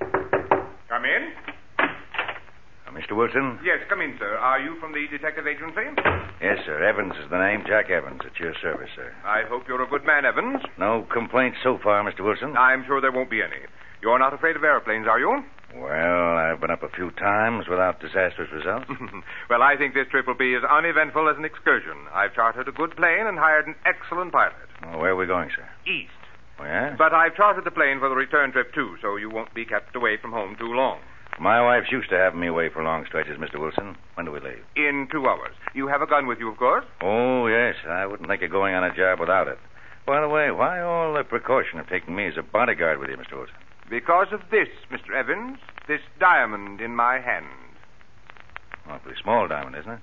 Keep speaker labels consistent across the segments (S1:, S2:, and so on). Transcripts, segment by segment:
S1: Come in.
S2: Uh, Mr. Wilson?
S1: Yes, come in, sir. Are you from the detective agency?
S2: Yes, sir. Evans is the name. Jack Evans. At your service, sir.
S1: I hope you're a good man, Evans.
S2: No complaints so far, Mr. Wilson.
S1: I'm sure there won't be any. You're not afraid of airplanes, are you?
S2: Well, I've been up a few times without disastrous results.
S1: well, I think this trip will be as uneventful as an excursion. I've chartered a good plane and hired an excellent pilot.
S2: Well, where are we going, sir?
S1: East.
S2: Where?
S1: But I've chartered the plane for the return trip, too, so you won't be kept away from home too long.
S2: My wife's used to having me away for long stretches, Mr. Wilson. When do we leave?
S1: In two hours. You have a gun with you, of course.
S2: Oh, yes. I wouldn't think of going on a job without it. By the way, why all the precaution of taking me as a bodyguard with you, Mr. Wilson?
S1: Because of this, Mr. Evans, this diamond in my hand.
S2: Awfully small diamond, isn't it?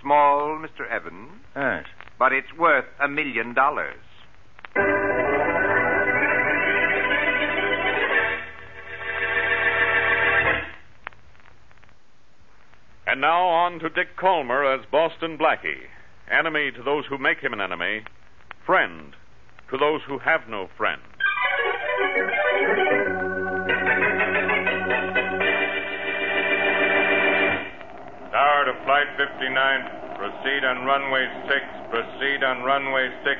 S1: Small, Mr. Evans,
S2: Yes.
S1: but it's worth a million dollars.
S3: And now on to Dick Colmer as Boston Blackie, enemy to those who make him an enemy, friend to those who have no friend. Tower to Flight 59, proceed on runway 6, proceed on runway 6,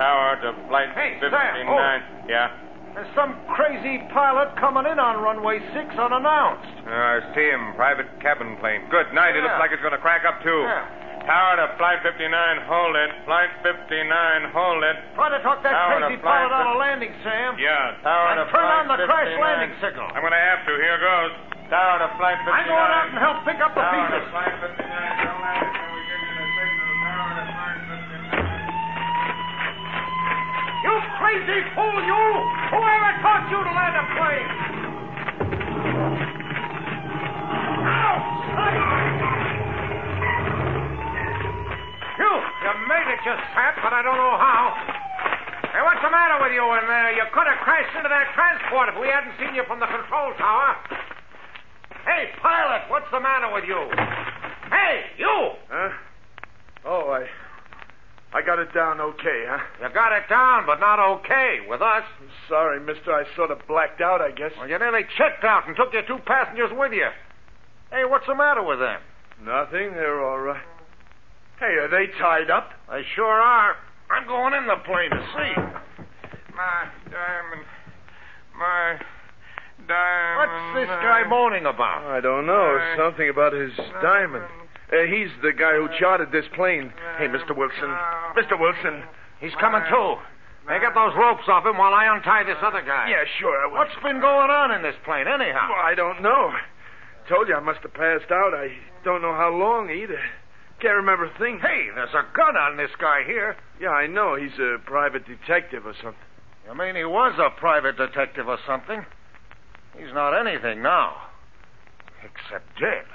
S3: tower to Flight
S4: Hey, Oh. Sam,
S3: 59. Yeah.
S4: There's some crazy pilot coming in on runway six
S3: Uh,
S4: unannounced.
S1: I see him. Private cabin plane. Good night. It
S4: Yeah.
S1: looks like it's going to crack up, too.
S4: Yeah.
S3: Tower to Flight 59, hold it. Flight 59, hold it.
S4: Try to talk that
S3: Tower to
S4: crazy
S3: flight
S4: pilot out
S3: fif-
S4: of landing, Sam.
S3: Yeah, tower
S4: And
S3: to
S4: turn
S3: Flight
S4: on the crash
S3: 59.
S4: landing signal.
S3: I'm going to have to. Here goes. Tower to Flight 59.
S4: I'm going out and help pick up the
S3: Tower to
S4: pieces.
S3: Flight 59. Don't land until we give you the signal. Tower to Flight 59.
S4: You crazy fool, you! Whoever taught you to land a plane? Ouch! You! You made it, you sap, but I don't know how. Hey, what's the matter with you in there? Uh, You could have crashed into that transport if we hadn't seen you from the control tower. Hey, pilot, what's the matter with you? Hey, you!
S5: Huh? Oh, I. I got it down okay, huh?
S4: You got it down, but not okay with us.
S5: I'm sorry, mister. I sort of blacked out, I guess.
S4: Well, you nearly checked out and took your two passengers with you. Hey, what's the matter with them?
S5: Nothing. They're all right. Hey, are they tied up?
S4: They sure are. I'm going in the plane to see.
S1: My diamond. My diamond.
S4: What's this guy moaning about?
S5: I don't know.
S1: Uh,
S5: Something about his diamond. Uh, he's the guy who chartered this plane. Hey,
S4: uh,
S5: Mr. Wilson. Mr. Wilson.
S4: He's coming too. Hey, get those ropes off him while I untie this other guy.
S5: Yeah, sure. I will.
S4: What's been going on in this plane, anyhow?
S5: Well, I don't know. Told you I must have passed out. I don't know how long either. Can't remember a thing.
S4: Hey, there's a gun on this guy here.
S5: Yeah, I know. He's a private detective or something.
S4: You mean he was a private detective or something? He's not anything now. Except dead.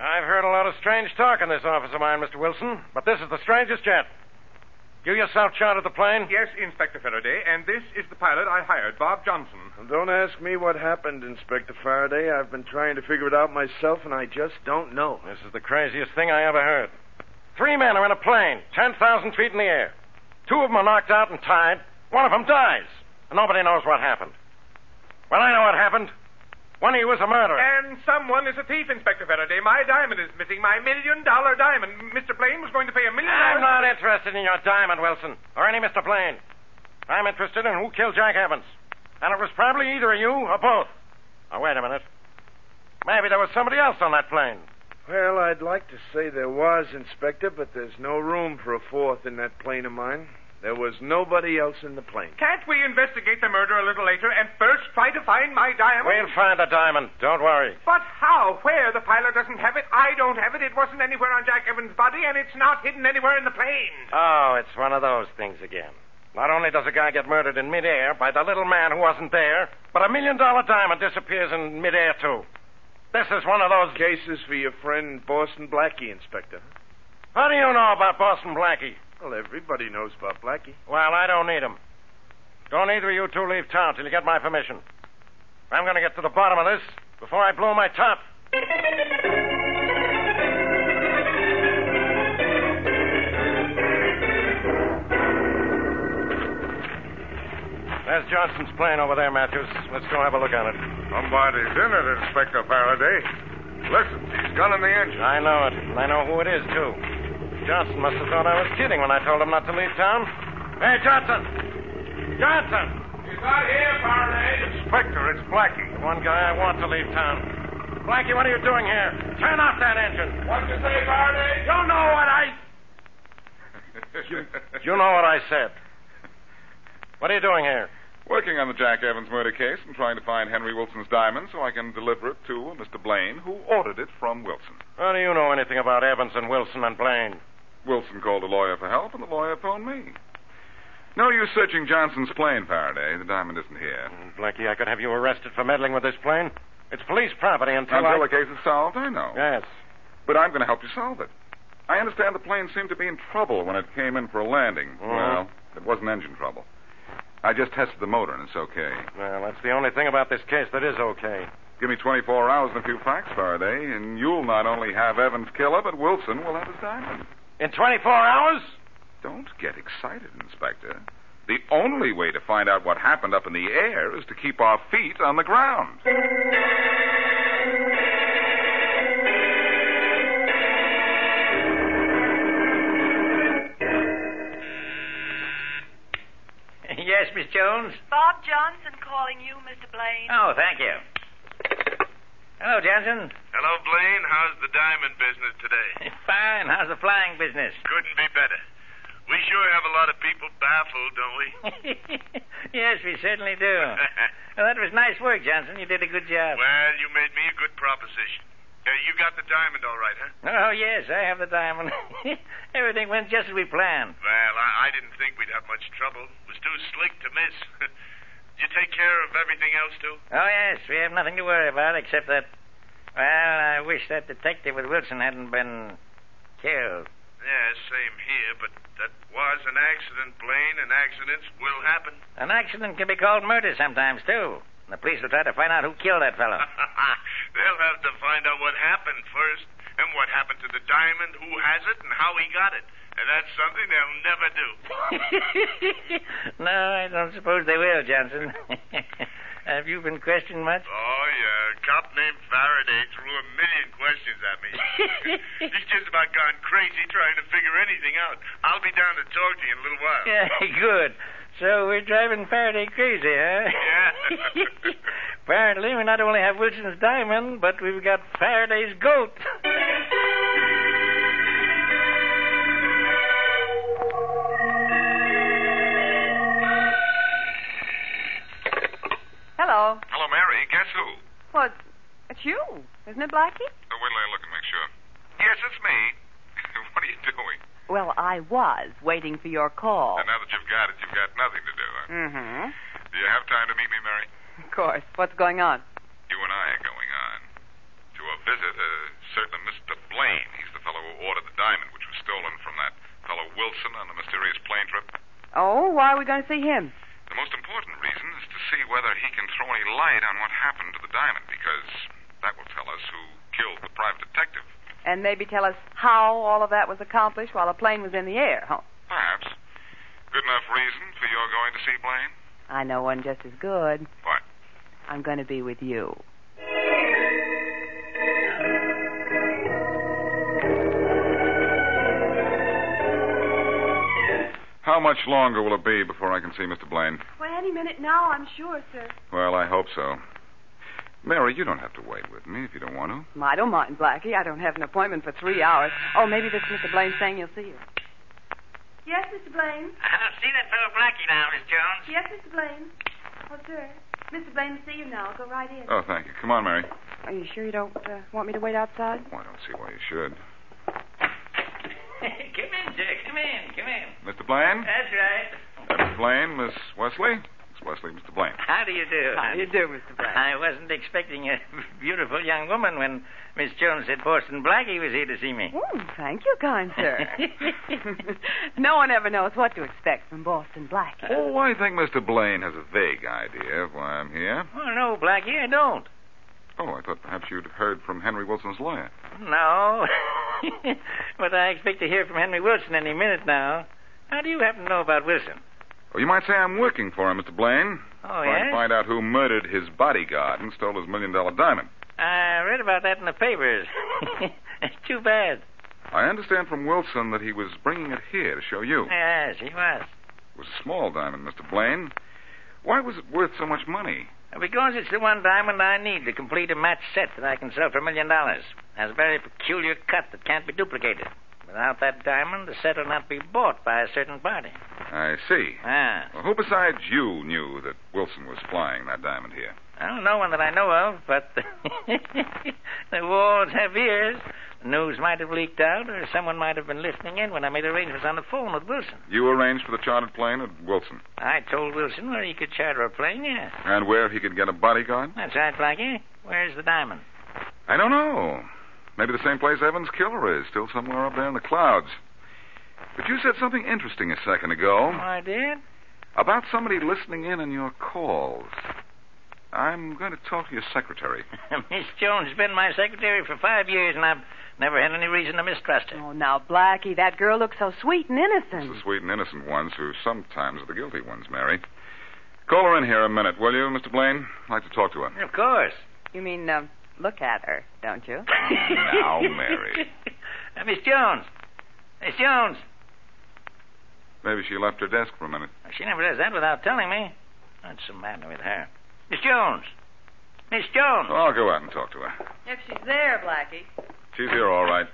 S4: I've heard a lot of strange talk in this office of mine, Mr. Wilson, but this is the strangest yet. You yourself chartered the plane?
S1: Yes, Inspector Faraday, and this is the pilot I hired, Bob Johnson.
S5: Don't ask me what happened, Inspector Faraday. I've been trying to figure it out myself, and I just don't know.
S4: This is the craziest thing I ever heard. Three men are in a plane, 10,000 feet in the air. Two of them are knocked out and tied. One of them dies. And nobody knows what happened. Well, I know what happened.
S6: happened? When he was a murderer.
S1: And someone is a thief, Inspector Faraday. My diamond is missing. My million dollar diamond. Mr. Blaine was going to pay a million dollars.
S6: I'm not interested in your diamond, Wilson, or any Mr. Blaine. I'm interested in who killed Jack Evans. And it was probably either of you or both. Now, wait a minute. Maybe there was somebody else on that plane.
S5: Well, I'd like to say there was, Inspector, but there's no room for a fourth in that plane of mine. There was nobody else in the plane.
S1: Can't we investigate the murder a little later and first try to find my diamond?
S6: We'll find the diamond. Don't worry.
S1: But how? Where? The pilot doesn't have it. I don't have it. It wasn't anywhere on Jack Evans' body, and it's not hidden anywhere in the plane.
S6: Oh, it's one of those things again. Not only does a guy get murdered in midair by the little man who wasn't there, but a million dollar diamond disappears in midair, too. This is one of those.
S5: Cases for your friend Boston Blackie, Inspector.
S6: How do you know about Boston Blackie?
S5: Well, everybody knows about Blackie.
S6: Well, I don't need him. Don't either of you two leave town till you get my permission. I'm going to get to the bottom of this before I blow my top. There's Johnson's plane over there, Matthews. Let's go have a look on it.
S1: Somebody's in it, Inspector Faraday. Listen, he's gunning the engine.
S6: I know it, and I know who it is, too. Johnson must have thought I was kidding when I told him not to leave town. Hey, Johnson! Johnson!
S1: He's not here, Faraday. Inspector, it's Blackie.
S6: The one guy I want to leave town. Blackie, what are you doing here? Turn off that engine.
S1: What'd you say, Faraday?
S6: You know what I. You know what I said. What are you doing here?
S7: Working on the Jack Evans murder case and trying to find Henry Wilson's diamond so I can deliver it to Mr. Blaine, who ordered it from Wilson.
S6: How do you know anything about Evans and Wilson and Blaine?
S7: Wilson called a lawyer for help, and the lawyer phoned me. No use searching Johnson's plane, Faraday. The diamond isn't here.
S8: Mm,
S6: Blackie, I could have you arrested for meddling with this plane. It's police property until,
S7: Until
S6: I...
S7: the case is solved, I know.
S6: Yes.
S7: But I'm going to help you solve it. I understand the plane seemed to be in trouble when it came in for a landing.
S6: Oh.
S7: Well, it wasn't engine trouble. I just tested the motor, and it's okay.
S6: Well, that's the only thing about this case that is okay.
S7: Give me 24 hours and a few facts, Faraday, and you'll not only have Evans' killer, but Wilson will have his diamond.
S6: In 24 hours?
S7: Don't get excited, Inspector. The only way to find out what happened up in the air is to keep our feet on the ground.
S9: Yes, Miss Jones?
S10: Bob Johnson calling you, Mr. Blaine.
S9: Oh, thank you. Hello, Johnson.
S11: Hello, Blaine. How's the diamond business today?
S9: Fine. How's the flying business?
S11: Couldn't be better. We sure have a lot of people baffled, don't we?
S9: yes, we certainly do. well, that was nice work, Johnson. You did a good job.
S11: well, you made me a good proposition. Uh, you got the diamond all right, huh?
S9: Oh, yes, I have the diamond. Everything went just as we planned.
S11: Well, I, I didn't think we'd have much trouble. It was too slick to miss. Did you take care of everything else, too?
S9: Oh, yes, we have nothing to worry about except that. Well, I wish that detective with Wilson hadn't been killed.
S11: Yeah, same here, but that was an accident, Blaine, and accidents will happen.
S9: An accident can be called murder sometimes, too. The police will try to find out who killed that fellow.
S11: They'll have to find out what happened first, and what happened to the diamond, who has it, and how he got it. And that's something they'll never do.
S9: no, I don't suppose they will, Johnson. Have you been questioned much?
S11: Oh, yeah. A cop named Faraday threw a million questions at me. He's just about gone crazy trying to figure anything out. I'll be down to talk to you in a little while.
S9: Yeah, good. So we're driving Faraday crazy, huh?
S11: Yeah.
S9: Apparently, we not only have Wilson's diamond, but we've got Faraday's goat.
S10: Hello.
S7: Hello, Mary. Guess who?
S10: Well, it's, it's you, isn't it, Blackie?
S7: Oh, wait till I look and make sure. Yes, it's me. what are you doing?
S10: Well, I was waiting for your call.
S6: Oh.
S7: And now that you've got it, you've got nothing to do. huh?
S10: Mm-hmm.
S7: Do you have time to meet me, Mary?
S10: Of course. What's going on?
S7: You and I are going on to a visit a certain Mr. Blaine. He's the fellow who ordered the diamond, which was stolen from that fellow Wilson on the mysterious plane trip.
S10: Oh, why are we going to see him?
S7: The most important reason is to see whether he can throw any light on what happened to the diamond, because that will tell us who killed the private detective.
S10: And maybe tell us how all of that was accomplished while the plane was in the air, huh?
S7: Perhaps. Good enough reason for your going to see Blaine?
S10: I know one just as good.
S7: What?
S10: I'm going to be with you.
S7: How much longer will it be before I can see Mr. Blaine?
S12: Well, any minute now, I'm sure, sir.
S7: Well, I hope so. Mary, you don't have to wait with me if you don't want to.
S10: I don't mind, Blackie. I don't have an appointment for three hours. Oh, maybe this is Mr. Blaine saying you'll see her.
S12: Yes, Mr. Blaine.
S11: Uh-huh.
S9: I'll see that fellow Blackie now, Miss Jones.
S12: Yes, Mr. Blaine. Oh, sir. Mr. Blaine will see you now. Go right in.
S7: Oh, thank you. Come on, Mary.
S10: Are you sure you don't uh, want me to wait outside?
S7: Well, I don't see why you should.
S9: come in, Jack. Come in. Come in.
S7: Mr. Blaine?
S9: That's right.
S7: Uh, Mr. Blaine, Miss Wesley? Miss Wesley, Mr. Blaine.
S9: How do you do?
S10: How do you do, Mr. Blaine?
S9: I wasn't expecting a beautiful young woman when Miss Jones said Boston Blackie was here to see me.
S10: Oh, thank you, kind sir. no one ever knows what to expect from Boston Blackie.
S7: Oh, I think Mr. Blaine has a vague idea of why I'm here.
S9: Oh, no, Blackie, I don't.
S7: Oh, I thought perhaps you'd heard from Henry Wilson's lawyer.
S9: No. but I expect to hear from Henry Wilson any minute now. How do you happen to know about Wilson?
S7: Well, you might say I'm working for him, Mr. Blaine.
S9: Oh,
S7: Trying to
S9: yes?
S7: find out who murdered his bodyguard and stole his million dollar diamond.
S9: I read about that in the papers. It's too bad.
S7: I understand from Wilson that he was bringing it here to show you.
S9: Yes, he was.
S7: It was a small diamond, Mr. Blaine. Why was it worth so much money?
S9: Because it's the one diamond I need to complete a match set that I can sell for a million dollars. Has a very peculiar cut that can't be duplicated. Without that diamond, the set will not be bought by a certain party.
S7: I see.
S9: Ah.
S7: Well, who besides you knew that Wilson was flying that diamond here?
S9: Well, no one that I know of, but the walls have ears. News might have leaked out, or someone might have been listening in when I made arrangements on the phone with Wilson.
S7: You arranged for the chartered plane at Wilson
S9: I told Wilson where he could charter a plane, yeah.
S7: and where he could get a bodyguard?
S9: That's right, Blackie. Where's the diamond?
S7: I don't know. Maybe the same place Evans' killer is, still somewhere up there in the clouds. But you said something interesting a second ago
S9: Oh, I did?
S7: about somebody listening in on your calls. I'm going to talk to your secretary.
S9: Miss Jones has been my secretary for five years, and I've never had any reason to mistrust her.
S10: Oh, now, Blackie, that girl looks so sweet and innocent.
S7: The sweet and innocent ones who sometimes are the guilty ones, Mary. Call her in here a minute, will you, Mr. Blaine? I'd like to talk to her.
S9: Of course.
S10: You mean, uh, look at her, don't you?
S7: now, Mary.
S9: Uh, Miss Jones. Miss Jones.
S7: Maybe she left her desk for a minute.
S9: She never does that without telling me. What's the matter with her? Miss Jones. Miss Jones.
S7: I'll Oh, go out and talk to her.
S10: If she's there, Blackie.
S7: She's here all right.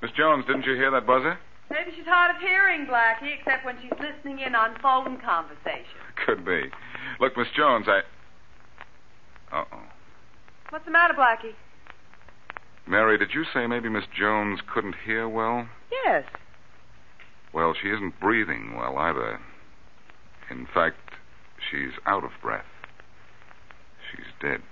S7: Miss Jones, didn't you hear that buzzer?
S10: Maybe she's hard of hearing, Blackie, except when she's listening in on phone conversation.
S7: Could be. Look, Miss Jones, I. Uh oh.
S10: What's the matter, Blackie?
S7: Mary, did you say maybe Miss Jones couldn't hear well?
S10: Yes.
S7: Well, she isn't breathing well either. In fact, she's out of breath. She's dead.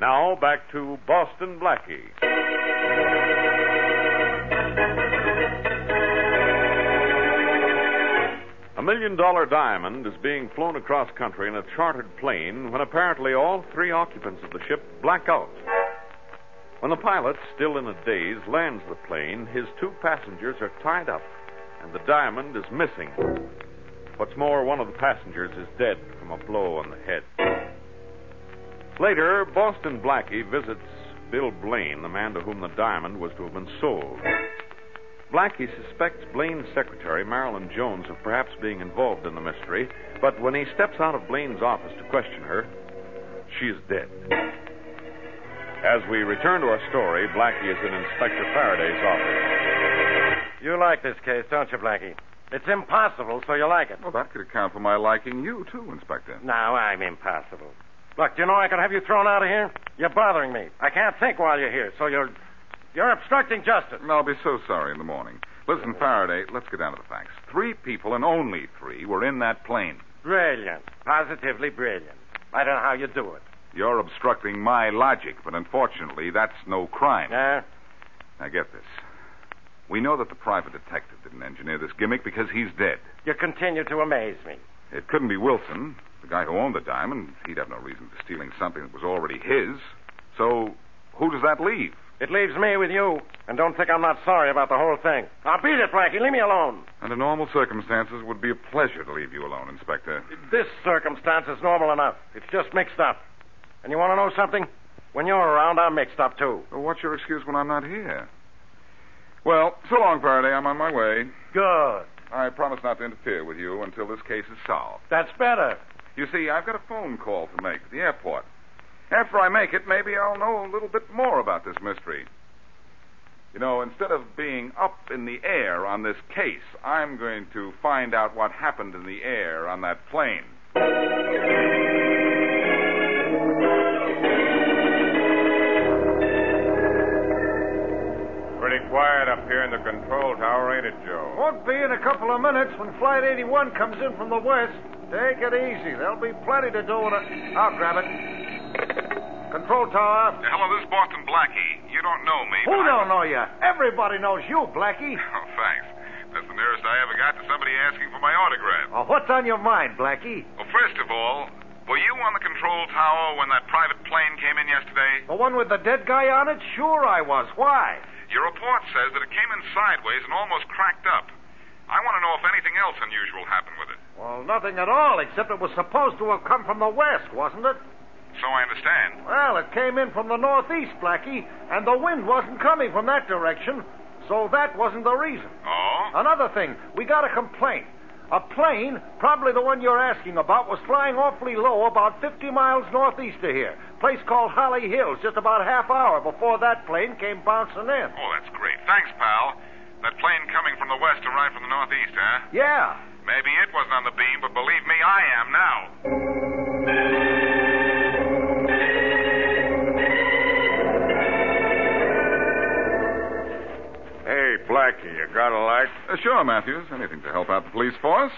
S3: Now back to Boston Blackie. A million dollar diamond is being flown across country in a chartered plane when apparently all three occupants of the ship black out. When the pilot, still in a daze, lands the plane, his two passengers are tied up and the diamond is missing. What's more, one of the passengers is dead from a blow on the head. Later, Boston Blackie visits Bill Blaine, the man to whom the diamond was to have been sold. Blackie suspects Blaine's secretary, Marilyn Jones, of perhaps being involved in the mystery, but when he steps out of Blaine's office to question her, she is dead. As we return to our story, Blackie is in Inspector Faraday's office.
S8: You like this case, don't you, Blackie? It's impossible, so you like it.
S7: Well, that could account for my liking you, too, Inspector.
S8: No, I'm impossible. Look, do you know I could have you thrown out of here? You're bothering me. I can't think while you're here, so you're you're obstructing justice.
S7: I'll be so sorry in the morning. Listen, Faraday, let's get down to the facts. Three people, and only three, were in that plane.
S8: Brilliant. Positively brilliant. I don't know how you do it.
S7: You're obstructing my logic, but unfortunately, that's no crime.
S8: Yeah?
S7: Now, get this. We know that the private detective didn't engineer this gimmick because he's dead.
S8: You continue to amaze me.
S7: It couldn't be Wilson, the guy who owned the diamond. He'd have no reason for stealing something that was already his. So, who does that leave?
S8: It leaves me with you. And don't think I'm not sorry about the whole thing. I'll beat it, Blackie. Leave me alone.
S7: Under normal circumstances, it would be a pleasure to leave you alone, Inspector.
S8: This circumstance is normal enough. It's just mixed up. And you want to know something? When you're around, I'm mixed up, too.
S7: Well, what's your excuse when I'm not here? Well, so long, Faraday. I'm on my way.
S8: Good.
S7: I promise not to interfere with you until this case is solved.
S8: That's better.
S7: You see, I've got a phone call to make at the airport. After I make it, maybe I'll know a little bit more about this mystery. You know, instead of being up in the air on this case, I'm going to find out what happened in the air on that plane.
S13: Pretty quiet up here in the control tower, ain't it, Joe?
S4: Won't be in a couple of minutes when Flight 81 comes in from the west. Take it easy. There'll be plenty to do with it. I'll grab it. Control tower.
S7: Hello, this is Boston Blackie. You don't know me.
S4: Who don't know you? Everybody knows you, Blackie.
S7: Oh, thanks. That's the nearest I ever got to somebody asking for my autograph.
S4: Well, what's on your mind, Blackie?
S7: Well, first of all, were you on the control tower when that private plane came in yesterday?
S4: The one with the dead guy on it? Sure I was. Why?
S7: Your report says that it came in sideways and almost cracked up. I want to know if anything else unusual happened with it.
S4: Well, nothing at all, except it was supposed to have come from the west, wasn't it?
S7: So I understand.
S4: Well, it came in from the northeast, Blackie, and the wind wasn't coming from that direction, so that wasn't the reason.
S13: Uh-huh.
S7: Oh?
S4: Another thing, we got a complaint. A plane, probably the one you're asking about, was flying awfully low about 50 miles northeast of here. Place called Holly Hills, just about a half hour before that plane came bouncing in.
S7: Oh, that's great. Thanks, pal. That plane coming from the west arrived from the northeast, eh? huh?
S4: Yeah.
S7: Maybe it wasn't on the beam, but believe me, I am now.
S13: Hey, Blackie, you got a light?
S7: Uh, sure, Matthews. Anything to help out the police force.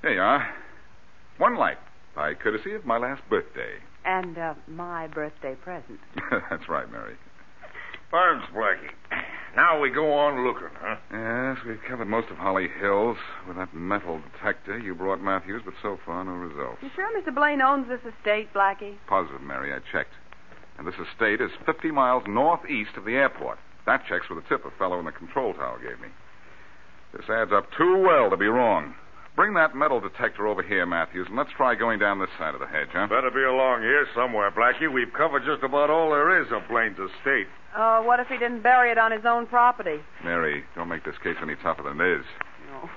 S7: Here you are. One light, by courtesy of my last birthday.
S10: And uh, my birthday present.
S7: That's right, Mary.
S13: Thanks, Blackie. Now we go on looking, huh?
S7: Yes, we've covered most of Holly Hills with that metal detector you brought, Matthews, but so far no results.
S10: You sure Mr. Blaine owns this estate, Blackie?
S7: Positive, Mary, I checked. And this estate is 50 miles northeast of the airport. That checks with a tip a fellow in the control tower gave me. This adds up too well to be wrong. Bring that metal detector over here, Matthews, and let's try going down this side of the hedge, huh?
S13: Better be along here somewhere, Blackie. We've covered just about all there is of Blaine's estate.
S10: Oh, what if he didn't bury it on his own property?
S7: Mary, don't make this case any tougher than it is.
S10: No.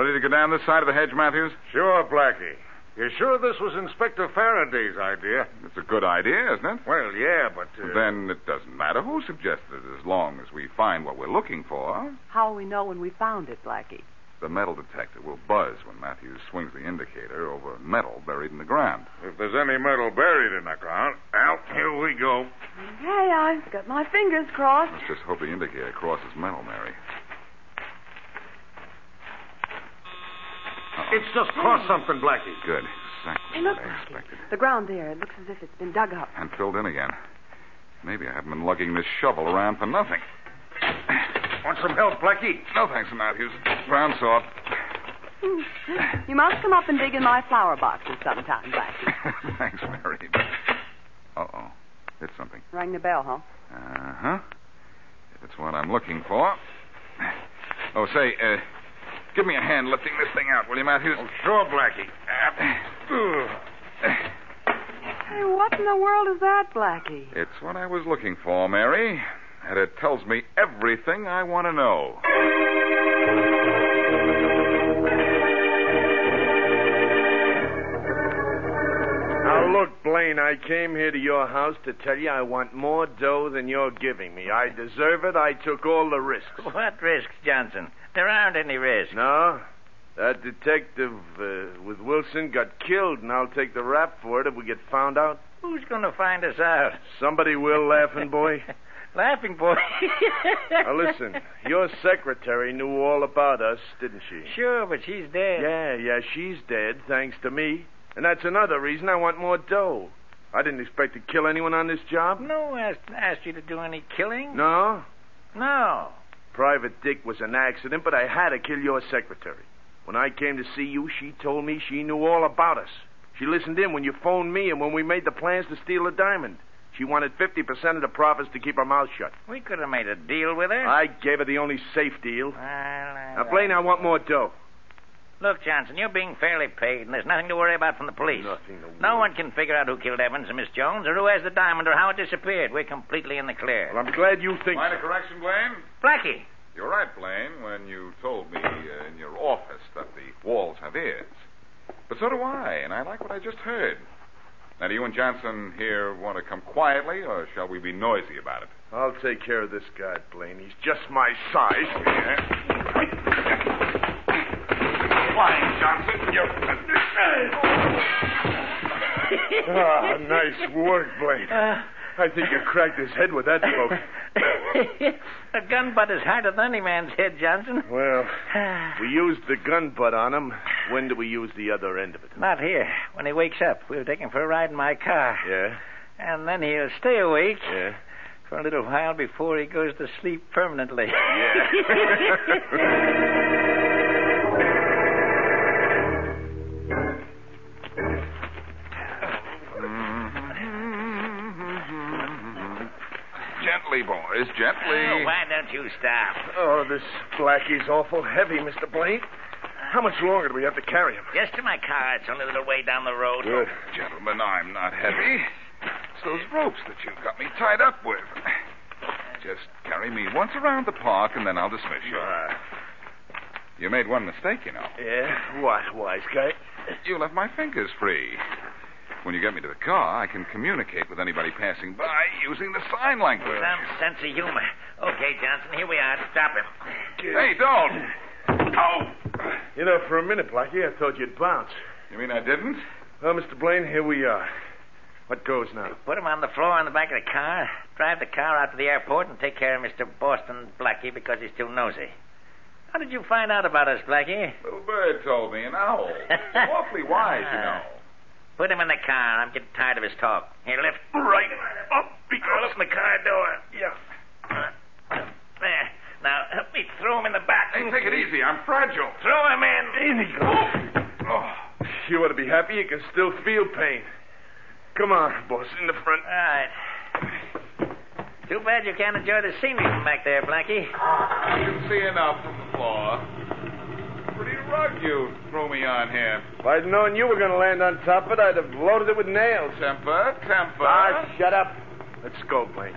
S7: Ready to go down this side of the hedge, Matthews?
S13: Sure, Blackie. You sure this was Inspector Faraday's idea?
S7: It's a good idea, isn't it?
S13: Well, yeah, but. Uh...
S7: Then it doesn't matter who suggested it as long as we find what we're looking for.
S10: How'll we know when we found it, Blackie?
S7: The metal detector will buzz when Matthews swings the indicator over metal buried in the ground.
S13: If there's any metal buried in the ground, out here we go.
S10: Okay, I've got my fingers crossed.
S7: Let's just hope the indicator crosses metal, Mary.
S4: It's just crossed something, Blackie.
S7: Good. Exactly
S10: Hey, look,
S7: what I
S10: Blackie.
S7: expected.
S10: The ground there, it looks as if it's been dug up.
S7: And filled in again. Maybe I haven't been lugging this shovel around for nothing.
S4: Want some help, Blackie?
S7: No thanks, Matthews. Brown saw.
S10: You must come up and dig in my flower boxes sometime, Blackie.
S7: thanks, Mary. But... Uh oh. It's something.
S10: Rang the bell, huh?
S7: Uh huh. If it's what I'm looking for. Oh, say, uh, give me a hand lifting this thing out, will you, Matthews? Uh, Oh,
S13: sure, Blackie.
S10: Hey, what in the world is that, Blackie?
S7: It's what I was looking for, Mary. And it tells me everything I want to know.
S5: Now, look, Blaine, I came here to your house to tell you I want more dough than you're giving me. I deserve it. I took all the risks.
S9: What risks, Johnson? There aren't any risks.
S5: No? That detective uh, with Wilson got killed, and I'll take the rap for it if we get found out.
S9: Who's going to find us out?
S5: Somebody will, laughing boy.
S9: Laughing boy.
S5: now, listen, your secretary knew all about us, didn't she?
S9: Sure, but she's dead.
S5: Yeah, yeah, she's dead, thanks to me. And that's another reason I want more dough. I didn't expect to kill anyone on this job.
S9: No one asked, asked you to do any killing.
S5: No?
S9: No.
S5: Private Dick was an accident, but I had to kill your secretary. When I came to see you, she told me she knew all about us. She listened in when you phoned me and when we made the plans to steal the diamond. She wanted 50% of the profits to keep her mouth shut.
S9: We could have made a deal with her.
S5: I gave her the only safe deal.
S9: Now,
S5: Now, Blaine, I want more dough.
S9: Look, Johnson, you're being fairly paid, and there's nothing to worry about from the police.
S5: Nothing to
S9: No one can figure out who killed Evans and Miss Jones, or who has the diamond, or how it disappeared. We're completely in the clear.
S5: Well, I'm glad you think.
S7: Minor correction, Blaine?
S9: Blackie.
S7: You're right, Blaine, when you told me uh, in your office that the walls have ears. But so do I, and I like what I just heard. Now, do you and Johnson here want to come quietly, or shall we be noisy about it?
S5: I'll take care of this guy, Blaine. He's just my size.
S7: Fine, Johnson.
S5: ah, nice work, Blaine. I think you cracked his head with that poke.
S9: a gun butt is harder than any man's head, Johnson.
S5: Well, we used the gun butt on him. When do we use the other end of it?
S9: Not here. When he wakes up, we'll take him for a ride in my car.
S5: Yeah?
S9: And then he'll stay awake
S5: Yeah?
S9: for a little while before he goes to sleep permanently.
S7: Gently, boys,
S9: Oh,
S7: gently.
S9: why don't you stop?
S5: Oh, this Blackie's awful heavy, Mr. Blaine. How much longer do we have to carry him?
S9: Just to my car. It's only a little way down the road.
S5: Good.
S7: Gentlemen, I'm not heavy. It's those ropes that you've got me tied up with. Just carry me once around the park, and then I'll dismiss you. You made one mistake, you know.
S5: Yeah? What, wise guy?
S7: You left my fingers free. When you get me to the car, I can communicate with anybody passing by using the sign language.
S9: Some sense of humor. Okay, Johnson, here we are. Stop him.
S7: Hey, don't! Oh!
S5: You know, for a minute, Blackie, I thought you'd bounce.
S7: You mean I didn't?
S5: Well, Mr. Blaine, here we are. What goes now?
S9: Put him on the floor in the back of the car, drive the car out to the airport, and take care of Mr. Boston Blackie because he's too nosy. How did you find out about us, Blackie?
S7: Little bird told me, an owl. Awfully wise, you know.
S9: Ah. Put him in the car. I'm getting tired of his talk. Here, lift.
S7: Right
S9: up because... Open the car door.
S5: Yeah.
S9: There. Now, help me throw him in the back.
S7: Hey, take it easy. I'm fragile.
S9: Throw him in.
S5: In he goes.
S7: Oh,
S5: You ought to be happy you can still feel pain. Come on, boss, in the front.
S9: All right. Too bad you can't enjoy the scenery from back there, Blackie.
S7: I can see enough from the floor. Pretty rug you threw me on here.
S5: If I'd known you were going to land on top of it, I'd have loaded it with nails.
S7: Temper, temper.
S5: Ah, shut up. Let's go, Blaine.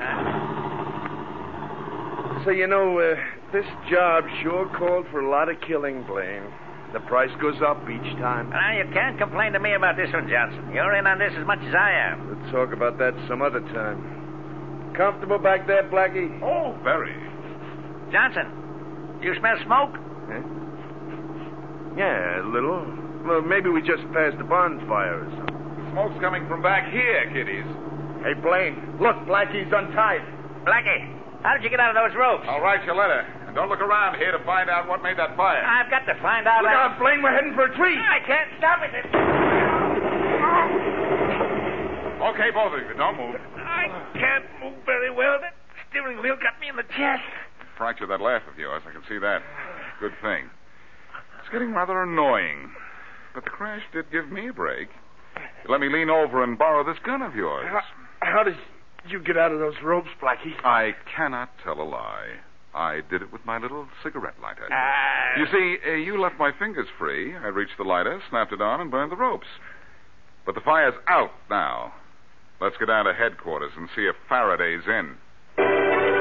S5: So, you know, uh, this job sure called for a lot of killing, Blaine. The price goes up each time.
S9: Now, you can't complain to me about this one, Johnson. You're in on this as much as I am.
S5: We'll talk about that some other time. Comfortable back there, Blackie?
S7: Oh, very.
S9: Johnson, you smell smoke?
S5: Huh? Yeah, a little. Well, maybe we just passed a bonfire or something.
S7: Smoke's coming from back here, kiddies.
S5: Hey, Blaine, look, Blackie's untied.
S9: Blackie, how did you get out of those ropes?
S7: I'll write your letter. And don't look around here to find out what made that fire.
S9: I've got to find out.
S5: Look
S9: how-
S5: out, Blaine, we're heading for a tree.
S9: I can't stop it.
S7: Okay, both of you, don't move.
S9: I can't move very well. That steering wheel got me in the chest.
S7: Fracture that laugh of yours. I can see that. Good thing. It's getting rather annoying. But the crash did give me a break. Let me lean over and borrow this gun of yours.
S5: How, how did you get out of those ropes, Blackie?
S7: I cannot tell a lie. I did it with my little cigarette lighter.
S9: Ah.
S7: You see, uh, you left my fingers free. I reached the lighter, snapped it on, and burned the ropes. But the fire's out now. Let's go down to headquarters and see if Faraday's in.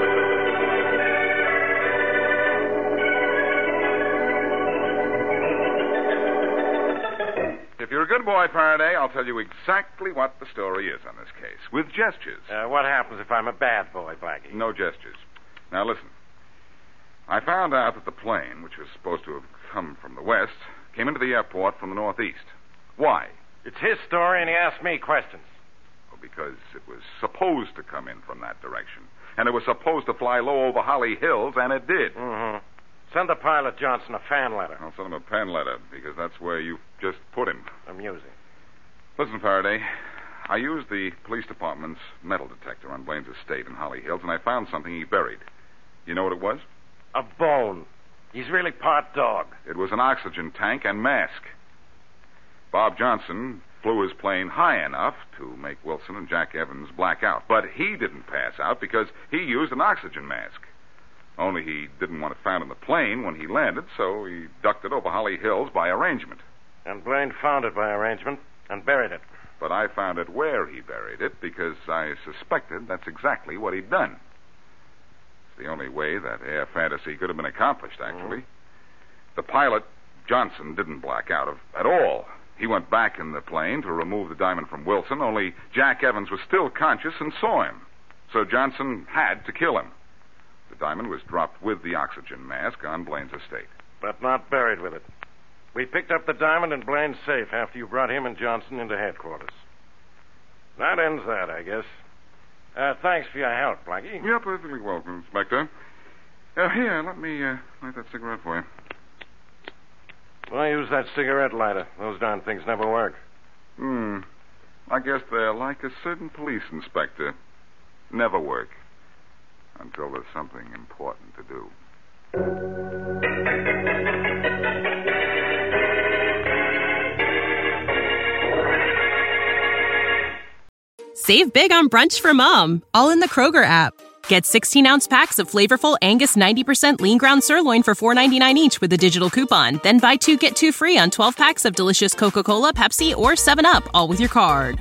S7: If you're a good boy, Faraday, I'll tell you exactly what the story is on this case, with gestures.
S8: Uh, what happens if I'm a bad boy, Blackie?
S7: No gestures. Now listen. I found out that the plane, which was supposed to have come from the west, came into the airport from the northeast. Why?
S8: It's his story, and he asked me questions.
S7: Well, because it was supposed to come in from that direction. And it was supposed to fly low over Holly Hills, and it did.
S8: Mm-hmm. Send the pilot Johnson a fan letter.
S7: I'll send him a pen letter, because that's where you just put him.
S8: Amusing.
S7: Listen, Faraday. I used the police department's metal detector on Blaine's estate in Holly Hills, and I found something he buried. You know what it was?
S8: A bone. He's really part dog.
S7: It was an oxygen tank and mask. Bob Johnson flew his plane high enough to make Wilson and Jack Evans black out. But he didn't pass out because he used an oxygen mask. Only he didn't want it found in the plane when he landed, so he ducked it over Holly Hills by arrangement.
S8: And Blaine found it by arrangement and buried it.
S7: But I found out where he buried it because I suspected that's exactly what he'd done. It's the only way that air fantasy could have been accomplished, actually.
S8: Mm-hmm.
S7: The pilot, Johnson, didn't black out of, at all. He went back in the plane to remove the diamond from Wilson, only Jack Evans was still conscious and saw him. So Johnson had to kill him. The diamond was dropped with the oxygen mask on Blaine's estate.
S8: But not buried with it. We picked up the diamond in Blaine's safe after you brought him and Johnson into headquarters. That ends that, I guess. Uh, thanks for your help, Blackie.
S7: You're perfectly welcome, Inspector. Uh, here, let me uh, light that cigarette for you.
S8: Why use that cigarette lighter? Those darn things never work.
S7: Hmm. I guess they're like a certain police inspector. Never work until there's something important to do.
S14: Save big on brunch for mom, all in the Kroger app. Get 16 ounce packs of flavorful Angus 90% lean ground sirloin for $4.99 each with a digital coupon. Then buy two get two free on 12 packs of delicious Coca Cola, Pepsi, or 7UP, all with your card.